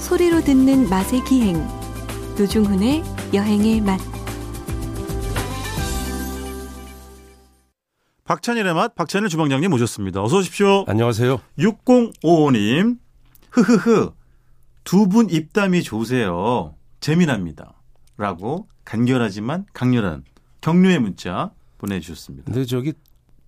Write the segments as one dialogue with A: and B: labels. A: 소리로 듣는 맛의 기행 노중훈의 여행의 맛
B: 박찬일의 맛 박찬일 주방장님 모셨습니다. 어서 오십시오.
C: 안녕하세요.
B: 6055님 흐흐흐 두 분 입담이 좋으세요. 재미납니다. 라고 간결하지만 강렬한 격려의 문자 보내주셨습니다.
C: 근데 저기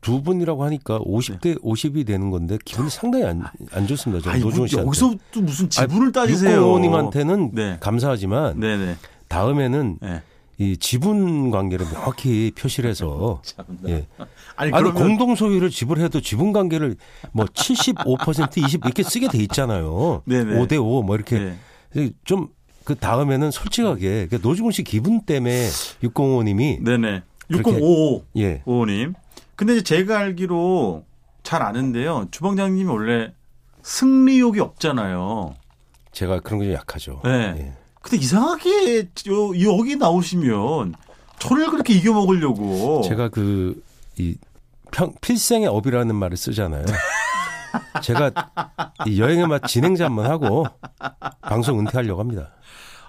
C: 두 분이라고 하니까 50대 50이 되는 건데 기분이 상당히 안, 안 좋습니다. 저
B: 네. 아니,
C: 네, 노준
B: 뭐
C: 씨한테.
B: 여기서부터 무슨 지분을 따지세요.
C: 육공오님한테는
B: 네.
C: 감사하지만
B: 네네.
C: 다음에는
B: 네.
C: 이 지분 관계를 명확히 표시를 해서 예.
B: 아니,
C: 아니
B: 그러면
C: 공동 소유를 지불해도 지분 관계를 뭐 75% 20 이렇게 쓰게 돼 있잖아요.
B: 네네.
C: 5대 5 뭐 이렇게
B: 네.
C: 좀 그 다음에는 솔직하게 그러니까 노중훈 씨 기분 때문에 605님이
B: 네네.
C: 그렇게-
B: 6055
C: 예.
B: 오님. 근데 이제 제가 알기로 잘 아는데요. 주방장님이 원래 승리욕이 없잖아요.
C: 제가 그런 게 좀 약하죠.
B: 네.
C: 예.
B: 근데 이상하게 요- 여기 나오시면 저를 그렇게 이겨먹으려고.
C: 제가 그 이 필생의 업이라는 말을 쓰잖아요. 제가 이 여행의 맛 진행자 한번 하고 방송 은퇴하려고 합니다.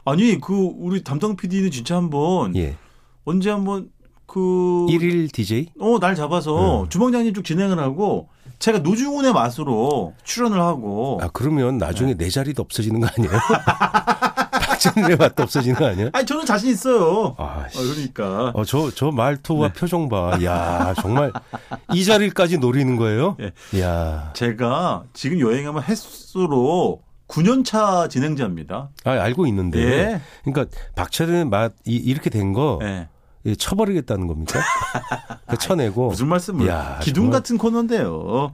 B: 아니, 그 우리 담당 PD는 진짜 한번
C: 예.
B: 언제 한번 그.
C: 일일 DJ?
B: 어, 날 잡아서
C: 예.
B: 주방장님 쭉 진행을 하고 제가 노중훈의 맛으로 출연을 하고.
C: 아, 그러면 나중에 내 자리도 없어지는 거 아니에요? 박진일의 맛도 없어지는 거 아니에요?
B: 아니, 저는 자신 있어요.
C: 아, 씨.
B: 어, 그러니까.
C: 어, 저, 저
B: 네.
C: 말투와 표정 봐. 야 정말 이 자리까지 노리는 거예요? 야
B: 제가 지금 여행하면 횟수로 9년차 진행자입니다.
C: 아, 알고 있는데.
B: 예.
C: 그러니까 박철의 맛, 이, 이렇게 된 거,
B: 예.
C: 예, 쳐버리겠다는 겁니까? 그러니까 쳐내고.
B: 무슨 말씀을.
C: 야,
B: 기둥
C: 정말.
B: 같은 코너인데요.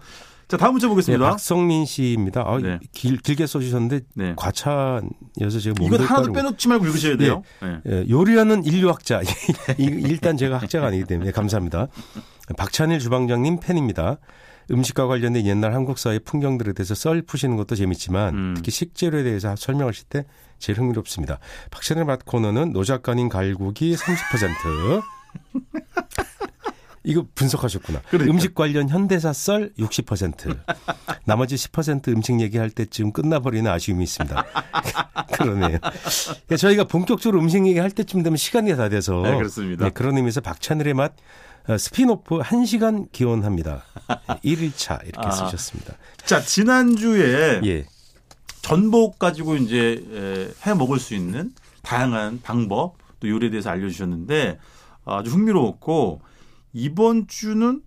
B: 자, 다음 문제 보겠습니다.
C: 네, 박성민 씨입니다. 아,
B: 네.
C: 길, 길게 써주셨는데
B: 네.
C: 과찬이어서 제가 못
B: 이건 하나도
C: 읽어가지고.
B: 빼놓지 말고 읽으셔야 돼요. 예.
C: 예, 요리하는 인류학자. 이- 이- 일단 제가 학자가 아니기 때문에 예, 감사합니다. 박찬일 주방장님 팬입니다. 음식과 관련된 옛날 한국 사회 풍경들에 대해서 썰 푸시는 것도 재밌지만
B: 음.
C: 특히 식재료에 대해서 설명하실 때 제일 흥미롭습니다. 박찬일 맛 코너는 노 작가님 갈고기 30% 이거 분석하셨구나.
B: 그러니까.
C: 음식 관련 현대사 썰 60%. 나머지 10% 음식 얘기할 때쯤 끝나버리는 아쉬움이 있습니다. 그러네요. 그러니까 저희가 본격적으로 음식 얘기할 때쯤 되면 시간이 다 돼서.
B: 네, 그렇습니다.
C: 그런 의미에서 박찬일의 맛 어, 스피노프 1시간 기원합니다. 1일차 이렇게
B: 아. 네.
C: 쓰셨습니다.
B: 자, 지난주에
C: 예.
B: 전복 가지고 이제 에, 해 먹을 수 있는 다양한 방법 또 요리에 대해서 알려주셨는데 아주 흥미로웠고 이번 주는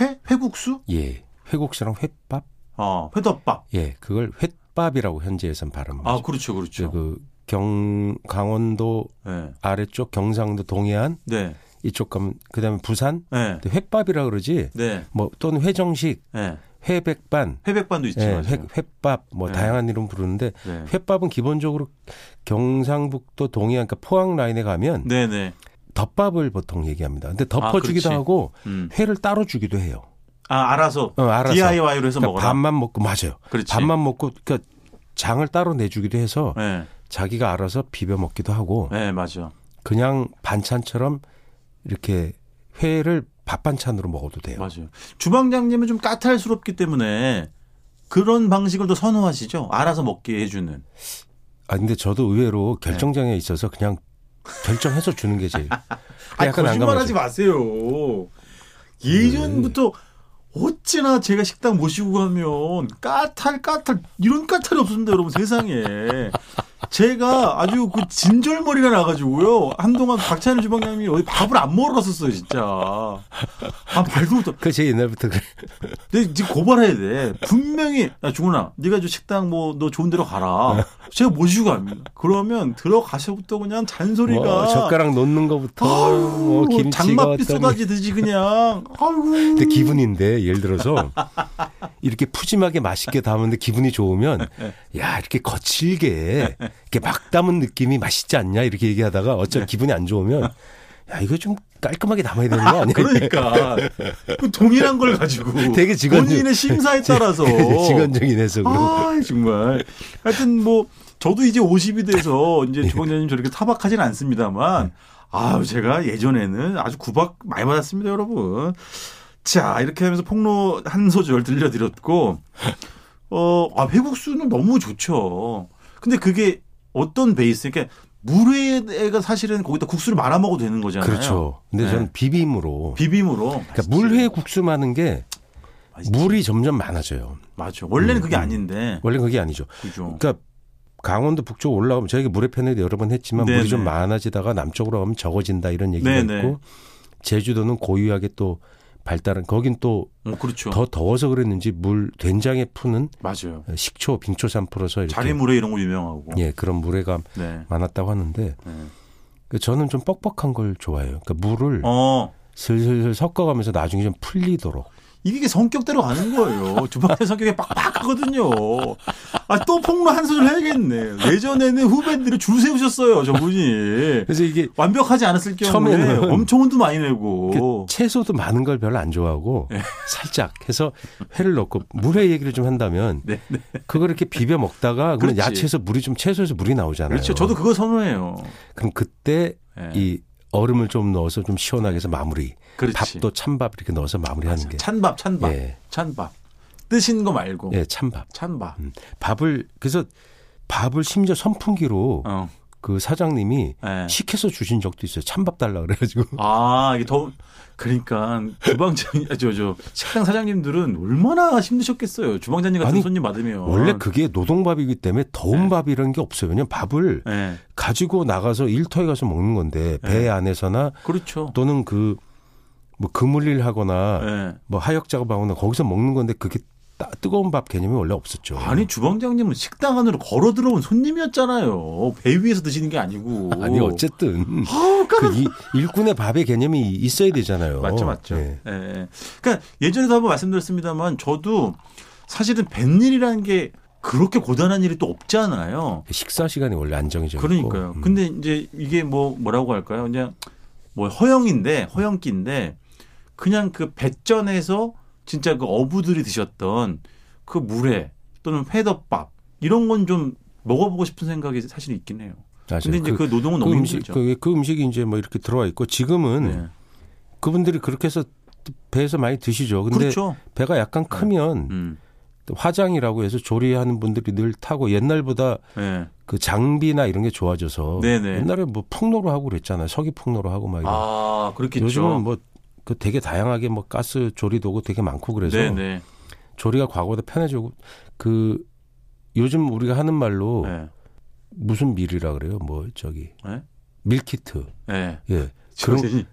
B: 회? 회국수?
C: 예. 회국수랑 횟밥?
B: 어, 회덮밥.
C: 예. 그걸 횟밥이라고 현지에선 발음하죠.
B: 아, 그렇죠, 그렇죠.
C: 그 경, 강원도
B: 예.
C: 아래쪽 경상도 동해안
B: 네.
C: 이쪽 가면 그다음에 부산
B: 네.
C: 근데 횟밥이라 그러지
B: 네.
C: 뭐 또는 회정식
B: 네.
C: 회백반
B: 회백반도 있지
C: 예,
B: 맞아요.
C: 회, 횟밥 뭐
B: 네.
C: 다양한 이름 부르는데
B: 네.
C: 횟밥은 기본적으로 경상북도 동해안 그러니까 포항 라인에 가면
B: 네, 네.
C: 덮밥을 보통 얘기합니다. 근데 덮어주기도
B: 그렇지.
C: 하고
B: 음.
C: 회를 따로 주기도 해요.
B: 아, 알아서.
C: 어, 알아서.
B: DIY로 해서
C: 그러니까
B: 먹어라.
C: 밥만 먹고 맞아요.
B: 그렇지.
C: 밥만 먹고 그러니까 장을 따로 내주기도 해서
B: 네.
C: 자기가 알아서 비벼 먹기도 하고
B: 네, 맞아.
C: 그냥 반찬처럼 이렇게 회를 밥 반찬으로 먹어도 돼요.
B: 맞아요. 주방장님은 좀 까탈스럽기 때문에 그런 방식을 더 선호하시죠? 알아서 먹게 해주는.
C: 아 근데 저도 의외로
B: 네.
C: 결정장애 있어서 그냥 결정해서 주는 게 제일
B: 아니,
C: 약간
B: 거짓말하지
C: 난감하죠.
B: 마세요. 예전부터 어찌나 제가 식당 모시고 가면 까탈 까탈 이런 까탈이 없습니다 여러분 세상에 제가 아주 그 진절머리가 나가지고요 한동안 박찬일 주방장님이 어디 밥을 안 먹으러 갔었어요 진짜 아 말도 못하
C: 그제 옛날부터 그래.
B: 근데 지금 고발해야 돼. 분명히 야 중훈아, 네가 저 식당 뭐 너 좋은 데로 가라. 제가 모시고 갑니다. 그러면 들어가서부터 그냥 잔소리가
C: 뭐 젓가락 놓는 거부터 뭐
B: 아유,
C: 김치가
B: 장맛비
C: 왔다 뭐.
B: 쏟아지듯이 그냥 아유.
C: 근데 기분인데 예를 들어서 이렇게 푸짐하게 맛있게 담는데 기분이 좋으면
B: 네.
C: 야 이렇게 거칠게 이렇게 막 담은 느낌이 맛있지 않냐 이렇게 얘기하다가
B: 네.
C: 어차피 기분이 안 좋으면 야 이거 좀 깔끔하게 담아야 되는 거 아니야?
B: 그러니까 그 동일한 걸 가지고
C: 되게 직원적-
B: 본인의 심사에 따라서
C: 직원적인 해석으로
B: 아, 정말. 하여튼 뭐 저도 이제 50이 돼서
C: 예.
B: 이제 주방장님 저렇게 타박하진 않습니다만 아유 제가 예전에는 아주 구박 많이 받았습니다, 여러분. 자, 이렇게 하면서 폭로 한 소절 들려드렸고 어, 아, 회국수는 너무 좋죠. 근데 그게 어떤 베이스? 그러니까 물회가 사실은 거기다 국수를 말아 먹어도 되는 거잖아요.
C: 그렇죠. 근데
B: 네.
C: 저는 비빔으로.
B: 비빔으로.
C: 그러니까 물회 국수 많은 게
B: 맛있지.
C: 물이 점점 많아져요.
B: 맞죠. 원래는
C: 음,
B: 그게
C: 음.
B: 아닌데.
C: 원래 는 그게 아니죠.
B: 그죠.
C: 그러니까 강원도 북쪽 올라오면 저희가 물의 편을 여러 번 했지만
B: 네네.
C: 물이 좀 많아지다가 남쪽으로 가면 적어진다 이런 얘기가
B: 네네.
C: 있고 제주도는 고유하게 또 발달한 거긴 또 더
B: 어, 그렇죠.
C: 그러니까 더워서 그랬는지 물 된장에 푸는
B: 맞아요.
C: 식초 빙초산 풀어서 이렇게
B: 자리물회 이런 거 유명하고.
C: 네. 예 그런 물회가
B: 네.
C: 많았다고 하는데
B: 네.
C: 그 저는 좀 뻑뻑한 걸 좋아해요. 그러니까 물을
B: 어.
C: 슬슬 섞어가면서 나중에 좀 풀리도록
B: 이게 성격대로 가는 거예요. 주방의 성격이 빡빡하거든요. 아, 또 폭로 한 소절 해야겠네. 예전에는 후배들이 줄 세우셨어요, 저분이.
C: 그래서 이게
B: 완벽하지 않았을 경우에
C: 처음에는
B: 엄청 혼도 많이
C: 그
B: 내고.
C: 채소도 많은 걸 별로 안 좋아하고
B: 네.
C: 살짝 해서 회를 넣고 물회 얘기를 좀 한다면
B: 네, 네.
C: 그걸 이렇게 비벼 먹다가 그러면
B: 그렇지.
C: 야채에서 물이 좀 채소에서 물이 나오잖아요.
B: 그렇죠. 저도 그거 선호해요.
C: 럼 그때
B: 예.
C: 이 얼음을 좀 넣어서 좀 시원하게 해서 마무리.
B: 그렇지.
C: 밥도 찬밥 이렇게 넣어서 마무리하는 게
B: 찬밥, 찬밥,
C: 예.
B: 찬밥. 뜨신 거 말고.
C: 예, 찬밥.
B: 찬밥.
C: 음. 밥을 그래서 밥을 심지어 선풍기로
B: 어.
C: 그 사장님이
B: 예.
C: 시켜서 주신 적도 있어요. 찬밥 달라 그래가지고
B: 아, 이게 더 그러니까 주방장 저저 식당 사장님들은 얼마나 힘드셨겠어요. 주방장님 같은
C: 아니,
B: 손님 받으면
C: 원래 그게 노동밥이기 때문에 더운 밥 이런 게 없어요. 왜냐면 밥을
B: 예.
C: 가지고 나가서 일터에 가서 먹는 건데 배 안에서나
B: 그렇죠.
C: 또는 그 뭐 그물일 하거나
B: 예.
C: 뭐 하역 작업하거나 거기서 먹는 건데 그게 따, 뜨거운 밥 개념이 원래 없었죠.
B: 아니 주방장님은 식당 안으로 걸어 들어온 손님이었잖아요. 배 위에서 드시는 게 아니고.
C: 아니, 어쨌든 그 이, 일꾼의 밥의 개념이 있어야 되잖아요.
B: 아, 그러니까 맞죠, 맞죠.
C: 예.
B: 예, 예. 그러니까 예전에도 한번 말씀드렸습니다만 저도 사실은 뱃일이라는 게 그렇게 고단한 일이 또 없잖아요.
C: 그 식사 시간이 원래 안정이죠.
B: 그러니까요.
C: 음.
B: 근데 이제 이게 뭐 뭐라고 할까요? 그냥 뭐 허영인데 허영기인데 그냥 그 배전에서 진짜 그 어부들이 드셨던 그 물회 또는 회덮밥 이런 건 좀 먹어보고 싶은 생각이 사실 있긴 해요. 근데 이제 그, 노동은 너무
C: 음식
B: 힘들죠.
C: 그, 그 음식이 이제 뭐 이렇게 들어와 있고 지금은
B: 네.
C: 그분들이 그렇게 해서 배에서 많이 드시죠. 근데
B: 그렇죠.
C: 배가 약간 크면
B: 음.
C: 화장이라고 해서 조리하는 분들이 늘 타고 옛날보다
B: 네.
C: 그 장비나 이런 게 좋아져서
B: 네네.
C: 옛날에 뭐 폭로로 하고 그랬잖아요. 석유 폭로로 하고 막 이런.
B: 아 그렇겠죠.
C: 요즘은 뭐 그 되게 다양하게 뭐 가스 조리 도구 되게 많고 그래서
B: 네네.
C: 조리가 과거보다 편해지고 그 요즘 우리가 하는 말로
B: 네.
C: 무슨 밀이라 그래요? 뭐 저기
B: 네?
C: 밀키트.
B: 네.
C: 예.
B: 지금
C: 그런-
B: 선생님,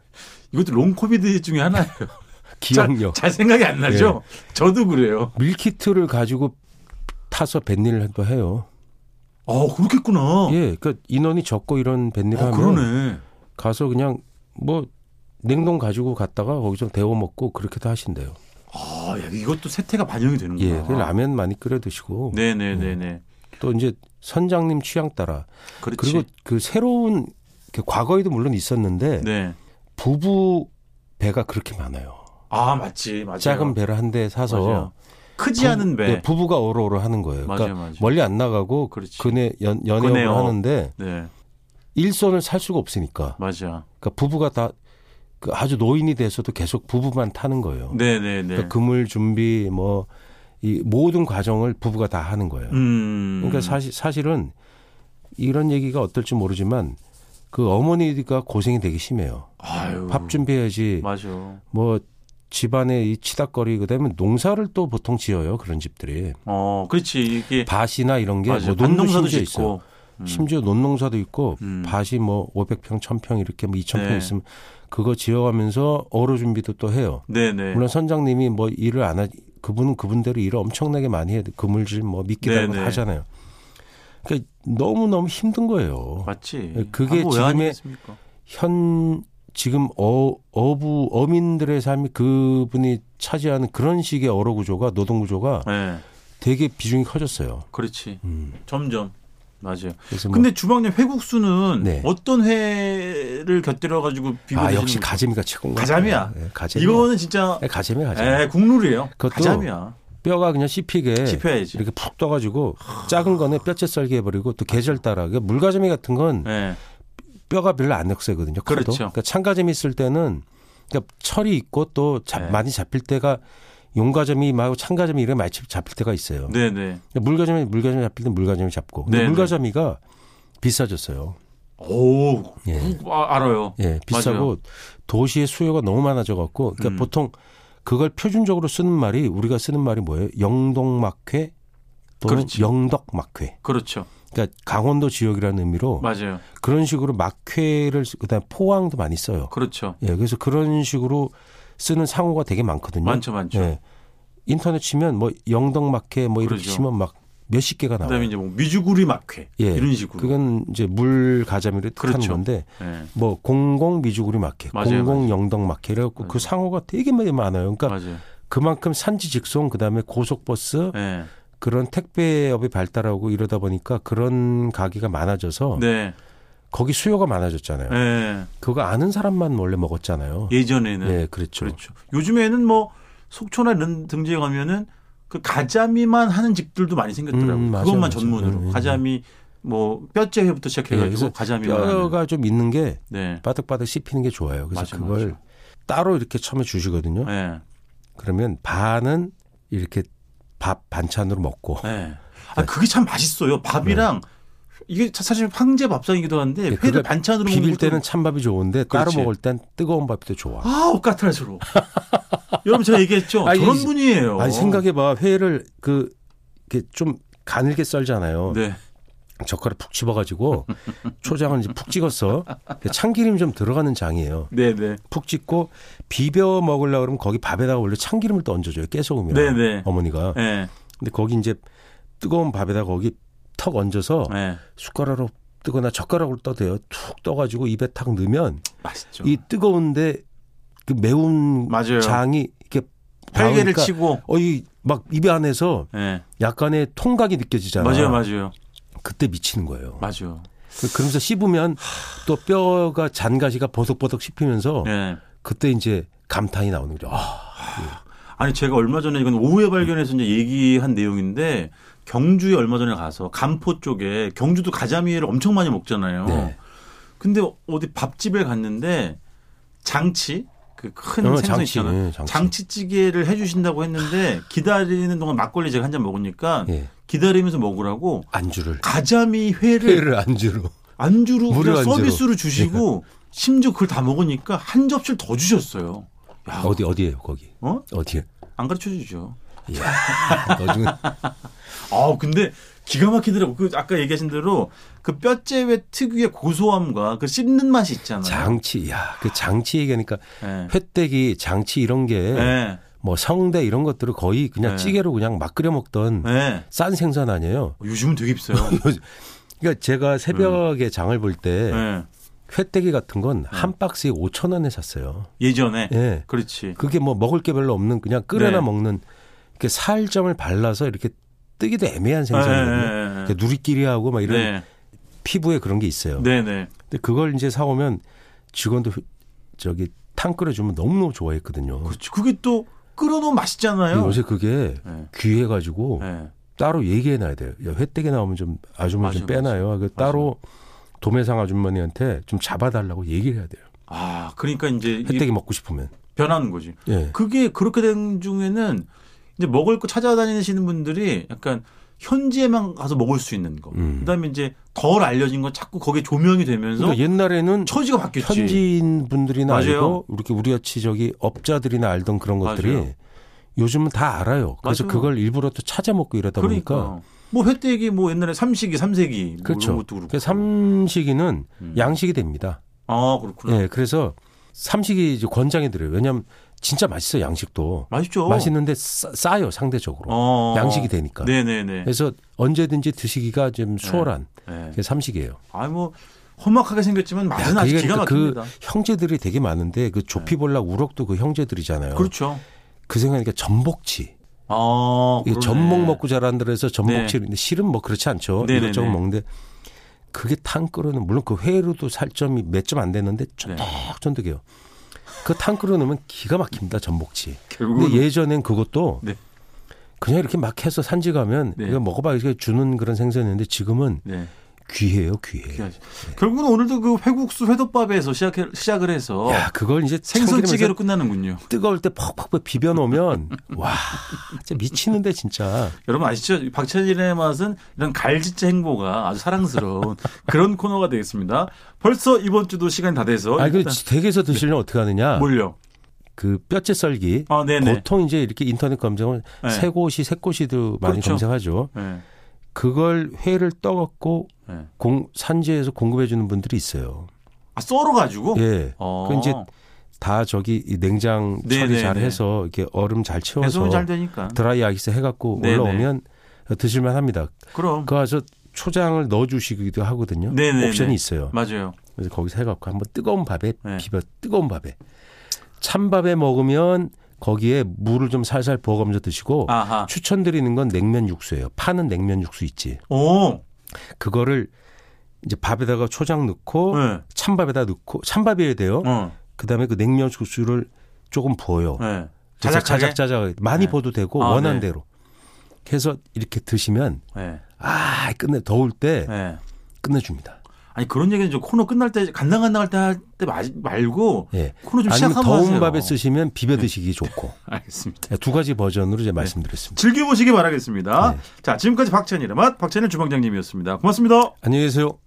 B: 이것도 롱 코비드 중에 하나예요.
C: 기억력.
B: 잘, 잘 생각이 안 나죠?
C: 예.
B: 저도 그래요.
C: 밀키트를 가지고 타서 뱃일을 또 해요.
B: 어 그렇겠구나.
C: 예. 그러니까 인원이 적고 이런 뱃일
B: 어,
C: 하면
B: 그러네.
C: 가서 그냥 뭐 냉동 가지고 갔다가 거기서 데워 먹고 그렇게도 하신대요.
B: 아, 야, 이것도 세태가 반영이 되는구나.
C: 예, 그 라면 많이 끓여 드시고
B: 음, 아. 네네네네.
C: 또 이제 선장님 취향 따라
B: 그렇지.
C: 그리고 그 새로운 그 과거에도 물론 있었는데
B: 네.
C: 부부 배가 그렇게 많아요.
B: 아, 맞지. 맞아요.
C: 작은 배를 한 대 사서
B: 맞아요. 크지 않은 배.
C: 예, 부부가 오로오로 하는 거예요.
B: 맞아요,
C: 그러니까
B: 맞아요.
C: 멀리 안 나가고
B: 그렇지.
C: 그네 연, 연애업을
B: 그네요.
C: 하는데
B: 네.
C: 일손을 살 수가 없으니까
B: 맞아.
C: 그러니까 부부가 다그 아주 노인이 돼서도 계속 부부만 타는 거예요.
B: 네네네.
C: 그러니까 그물 준비 뭐 이 모든 과정을 부부가 다 하는 거예요.
B: 음.
C: 그러니까 사실 사실은 이런 얘기가 어떨지 모르지만 그 어머니가 고생이 되게 심해요.
B: 아유.
C: 밥 준비해야지
B: 맞아.
C: 뭐 집안에 이 치닥거리 그다음에 농사를 또 보통 지어요 그런 집들이
B: 어, 그렇지. 이게
C: 밭이나 이런 게
B: 맞아.
C: 뭐 농도
B: 반농사도
C: 심지어 있어요.
B: 짓고. 음.
C: 심지어 논농사도 있고
B: 음.
C: 밭이 뭐 500평, 1000평 이렇게 뭐 2000평
B: 네.
C: 있으면 그거 지어가면서 어로 준비도 또 해요.
B: 네네.
C: 물론 선장님이 뭐 일을 안 하, 그분은 그분대로 일을 엄청나게 많이 해야 돼. 그물질 뭐 미끼 달고
B: 네네.
C: 다 하잖아요. 그러니까 너무너무 힘든 거예요.
B: 맞지.
C: 그게
B: 아, 뭐왜
C: 지금의-
B: 아니겠습니까?
C: 현, 지금 어, 어부, 어민들의 삶이 그분이 차지하는 그런 식의 어로 구조가, 노동 구조가
B: 네.
C: 되게 비중이 커졌어요.
B: 그렇지.
C: 음.
B: 점점. 맞아요.
C: 그래서 뭐-
B: 근데 주방장 회국수는
C: 네.
B: 어떤 회를 곁들여 가지고 비교해
C: 아, 역시 가재미가 최고인 것
B: 가자미야.
C: 같아요. 네, 가재미.
B: 이거는 진짜
C: 네, 가재미, 가재미.
B: 에 국룰이에요.
C: 그것도
B: 가자미야.
C: 뼈가 그냥 씹히게
B: 씹혀야지.
C: 이렇게 푹 떠가지고 작은 거는 뼈째 썰기 해버리고 또 계절 따라. 그러니까 물가재미 같은 건
B: 예.
C: 뼈가 별로 안 억세거든요. 커도.
B: 그렇죠.
C: 그러니까 참가재미 있을 때는 그러니까 철이 있고 또 잡-
B: 네.
C: 많이 잡힐 때가 용가점이 말고 참가점이 이런 말집 잡힐 때가 있어요.
B: 네네.
C: 그러니까 물가점이 물가점 잡힐 때 물가점이 잡고 근데
B: 네,
C: 물가점이가 비싸졌어요.
B: 오,
C: 예.
B: 그- 아, 알아요.
C: 예, 비싸고
B: 맞아요.
C: 도시의 수요가 너무 많아져 갖고 그러니까
B: 음.
C: 보통 그걸 표준적으로 쓰는 말이 우리가 쓰는 말이 뭐예요? 영동막회 또는
B: 그렇지.
C: 영덕막회.
B: 그렇죠.
C: 그러니까 강원도 지역이라는 의미로
B: 맞아요.
C: 그런 식으로 막회를 쓰- 그다음 포항도 많이 써요.
B: 그렇죠.
C: 예, 그래서 그런 식으로 쓰는 상호가 되게 많거든요.
B: 많죠, 많죠.
C: 예. 인터넷 치면 뭐 영덕막회 뭐 이렇게
B: 그러죠.
C: 치면 막 몇십 개가 나와요.
B: 그다음에 이제 뭐 미주구리 막회
C: 예.
B: 이런 식으로.
C: 그건 이제 물 가자미를 뜻하는
B: 그렇죠.
C: 건데
B: 예.
C: 뭐 공공 미주구리 마켓,
B: 맞아요,
C: 공공 영덕 마켓이라고
B: 맞아요.
C: 그 상호가 되게 많이 많아요. 그러니까
B: 맞아요.
C: 그만큼 산지 직송 그다음에 고속버스
B: 예.
C: 그런 택배업이 발달하고 이러다 보니까 그런 가게가 많아져서
B: 네.
C: 거기 수요가 많아졌잖아요.
B: 예.
C: 그거 아는 사람만 원래 먹었잖아요.
B: 예전에는
C: 예, 그렇죠.
B: 그렇죠. 요즘에는 뭐 속초나 이런 등지에 가면은 그 가자미만 하는 집들도 많이 생겼더라고요.
C: 음, 맞아요,
B: 그것만
C: 맞아요.
B: 전문으로
C: 음, 음.
B: 가자미 뭐 뼈째 회부터
C: 예,
B: 시작해가지고
C: 그래서
B: 가자미
C: 뼈가 좀 있는 게
B: 네.
C: 바득바득 씹히는 게 좋아요. 그래서
B: 맞아요,
C: 그걸
B: 맞아요.
C: 따로 이렇게 처음에 주시거든요.
B: 네.
C: 그러면 반은 이렇게 밥 반찬으로 먹고
B: 네. 아 그게 참 맛있어요. 밥이랑 이게 사- 사실 황제 밥상이기도 한데
C: 예,
B: 회를
C: 네. 그걸
B: 반찬으로 먹는
C: 비빌
B: 것도
C: 때는 찬밥이 좋은데 따로
B: 그렇지.
C: 먹을 땐 뜨거운 밥도 좋아.
B: 아우 까탈스러워. 여러분 제가 얘기했죠.
C: 아, 이-
B: 저런 분이에요.
C: 아니 생각해봐 회를 그 이렇게 좀 가늘게 썰잖아요.
B: 네.
C: 젓가락 푹 집어가지고 초장을 이제 푹 찍었어. 근데 참기름 좀 들어가는 장이에요.
B: 네, 네.
C: 푹 찍고 비벼 먹으려고 그러면 거기 밥에다가 원래 참기름을 또 얹어줘요. 깨소금이랑
B: 네네.
C: 어머니가.
B: 예.
C: 근데 거기 이제 뜨거운 밥에다 거기 턱 얹어서
B: 예.
C: 숟가락으로 뜨거나 젓가락으로 떠대요. 툭 떠가지고 입에 탁 넣으면
B: 맛있죠.
C: 이 뜨거운데 그 매운
B: 맞아요.
C: 장이 이렇게
B: 팔개를
C: 닿으니까
B: 치고
C: 어, 이 막 입에 안에서
B: 예.
C: 약간의 통각이 느껴지잖아.
B: 맞아요, 맞아요.
C: 그때 미치는 거예요.
B: 맞아요.
C: 그- 그러면서 씹으면 또 뼈가 잔가시가 버석버석 씹히면서
B: 예.
C: 그때 이제 감탄이 나오는 거죠. 아,
B: 아니 제가 얼마 전에 이건 오후에 발견해서 이제 얘기한 내용인데 경주에 얼마 전에 가서 간포 쪽에 경주도 가자미회를 엄청 많이 먹잖아요.
C: 네.
B: 근데 어디 밥집에 갔는데 장치 그 큰
C: 어,
B: 생선
C: 장치,
B: 있잖아요.
C: 예, 장치.
B: 장치찌개를 해주신다고 했는데 기다리는 동안 막걸리 제가 한 잔 먹으니까
C: 예.
B: 기다리면서 먹으라고
C: 안주를.
B: 가자미 회를
C: 회를 안주로.
B: 안주로
C: 무료
B: 그냥
C: 안주로. 예.
B: 서비스로 주시고 심지어 그걸 다 먹으니까 한 접시를 더 주셨어요. 야,
C: 어디, 어디에요, 거기?
B: 아. 어?
C: 어디에? 예. 그
B: 안 가르쳐 주죠.
C: 야, 너 지금
B: 아, 근데 기가 막히더라고. 그 아까 얘기하신 대로 그 뼈째회 특유의 고소함과 그 씹는 맛이 있잖아요.
C: 장치, 야, 그 장치 얘기하니까
B: 예.
C: 회떼기, 장치 이런 게 뭐
B: 예.
C: 성대 이런 것들을 거의 그냥
B: 네.
C: 찌개로 그냥 막 끓여 먹던
B: 예. 어,
C: 싼 생선 아니에요?
B: 요즘은 되게 비싸요.
C: 그러니까 제가 새벽에
B: 음.
C: 장을 볼 때
B: 예.
C: 회떼기 같은
B: 네.
C: 건 한 박스에 5천 원에 샀어요.
B: 예전에.
C: 예.
B: 그렇지.
C: 그게 뭐 먹을 게 별로 없는 그냥 끓여나
B: 네.
C: 먹는 이렇게 살점을 발라서 이렇게 뜨기도
B: 예,
C: 애매한 그 생선이거든요.
B: 예, 예, 예.
C: 이렇게 누리끼리하고 막 이런
B: 네.
C: 피부에 그런 게 있어요.
B: 네, 네.
C: 근데 그걸 이제 사오면 직원도 회- 저기 탕 끓여주면 너무너무 좋아했거든요.
B: 그렇죠. 그게 또 끓여놓으면
C: 근데
B: 맛있잖아요.
C: 요새 그게
B: 예.
C: 귀해가지고
B: 예.
C: 따로 얘기해놔야 돼요. 야, 회떼기 나오면 좀 아주머니
B: 맞아요,
C: 좀 빼놔요. 그 따로 도매상 아주머니한테 좀 잡아달라고 얘기를 해야 돼요.
B: 아, 그러니까 이제 이
C: 회떼기 먹고 싶으면.
B: 변하는 거지.
C: 예.
B: 그게 그렇게 된 중에는 이제 먹을 거 찾아다니시는 분들이 약간 현지에만 가서 먹을 수 있는 거.
C: 음.
B: 그다음에 이제 덜 알려진 거 자꾸 거기에 조명이 되면서
C: 그러니까 옛날에는
B: 처지가 바뀌었지.
C: 현지인 분들이나
B: 맞아요.
C: 알고 이렇게 우리같이 저기 업자들이나 알던 그런 것들이
B: 맞아요.
C: 요즘은 다 알아요. 그래서
B: 맞아요.
C: 그걸 일부러 또 찾아 먹고 이러다
B: 그러니까
C: 보니까
B: 뭐 회떼기 뭐 옛날에 삼식이 삼세기 뭐 이런
C: 그렇죠.
B: 것도 그렇고.
C: 그 삼식이는
B: 음.
C: 양식이 됩니다.
B: 아 그렇구나.
C: 예, 그래서 삼식이 이제 권장해 드려요. 왜냐하면 진짜 맛있어 요 양식도
B: 맛있죠.
C: 맛있는데 싸, 요 상대적으로
B: 어.
C: 양식이 되니까.
B: 네네네.
C: 그래서 언제든지 드시기가 좀 수월한
B: 네.
C: 그게 삼식이에요.
B: 아니 뭐 험악하게 생겼지만
C: 야,
B: 맛은 아주
C: 그게
B: 기가
C: 그러니까 그
B: 막힙니다. 예.
C: 형제들이 되게 많은데 그 조피볼락 우럭도 그 형제들이잖아요.
B: 그, 렇죠
C: 그 생각하니까 전복치.
B: 아
C: 이게
B: 그러네.
C: 전복 먹고 자란다 그래서
B: 네.
C: 전복치인데 실은 뭐 그렇지 않죠.
B: 네네네.
C: 이것저것 먹는데 그게 탕 끓여는 물론 그 회로도 살점이 몇 점 안 됐는데
B: 네.
C: 쫀득쫀득해요. 그 탕 끓여놓으면 기가 막힙니다 전복치.
B: 결국은
C: 근데 예전엔 그것도
B: 네.
C: 그냥 이렇게 막 해서 산지 가면
B: 네.
C: 이거 먹어봐 이렇게 주는 그런 생선이었는데 지금은
B: 네.
C: 귀해요, 귀해.
B: 귀하죠. 결국은 오늘도 그 회국수 회덮밥에서 시작 시작을 해서
C: 야, 그걸 이제
B: 생선찌개로
C: 참기름에서
B: 끝나는군요.
C: 뜨거울 때 퍽퍽 비벼 놓으면 와, 진짜 미치는데 진짜.
B: 여러분 아시죠? 박찬일의 맛은 이런 갈지째 행보가 아주 사랑스러운 그런 코너가 되겠습니다. 벌써 이번 주도 시간이 다 돼서
C: 아, 그
B: 일단
C: 댁에서 드시려면 어떻게 하느냐?
B: 몰려.
C: 그 뼈째 썰기.
B: 아, 네네.
C: 보통 이제 이렇게 인터넷 검색은
B: 네.
C: 새고시, 새꼬시도 많이
B: 그렇죠.
C: 검색하죠.
B: 네.
C: 그걸 회를 떠갖고
B: 네.
C: 공, 산지에서 공급해주는 분들이 있어요.
B: 아, 썰어 가지고.
C: 예.
B: 어.
C: 그 이제 다 저기 이 냉장
B: 네,
C: 처리
B: 네,
C: 잘
B: 네.
C: 해서 이렇게 얼음 잘 채워서
B: 배송이 잘 되니까.
C: 드라이 아이스 해갖고
B: 네,
C: 올라오면 드실만 합니다.
B: 그럼.
C: 그 와서 초장을 넣어주시기도 하거든요.
B: 네, 네,
C: 옵션이
B: 네.
C: 있어요.
B: 맞아요.
C: 그래서 거기서 해갖고 한번 뜨거운 밥에
B: 네.
C: 비벼 뜨거운 밥에 찬밥에 먹으면 거기에 물을 좀 살살 부어가면서 드시고
B: 아하.
C: 추천드리는 건 냉면 육수예요. 파는 냉면 육수 있지.
B: 오.
C: 그거를 이제 밥에다가 초장 넣고
B: 네.
C: 찬밥에다 넣고 찬밥이어야 돼요.
B: 어.
C: 그다음에 그 냉면 육수를 조금 부어요.
B: 네.
C: 그래서
B: 자작하게.
C: 자작자작 많이
B: 네.
C: 부어도 되고
B: 아,
C: 원하는
B: 네.
C: 대로. 그래서 이렇게 드시면
B: 네.
C: 아 끝내 더울 때
B: 네.
C: 끝내줍니다.
B: 아니 그런 얘기는 좀 코너 끝날 때 간당간당할 때 할 때 말고
C: 예.
B: 코너 좀
C: 아니면
B: 시작하면
C: 더운
B: 하세요. 음.
C: 밥에 쓰시면 비벼 드시기 좋고 예,
B: 알겠습니다.
C: 두 가지 버전으로
B: 네.
C: 제가 말씀드렸습니다. 네.
B: 즐겨보시기 바라겠습니다. 자, 지금까지 박찬일의 맛, 박찬일 주방장님이었습니다. 고맙습니다.
C: 안녕히 계세요.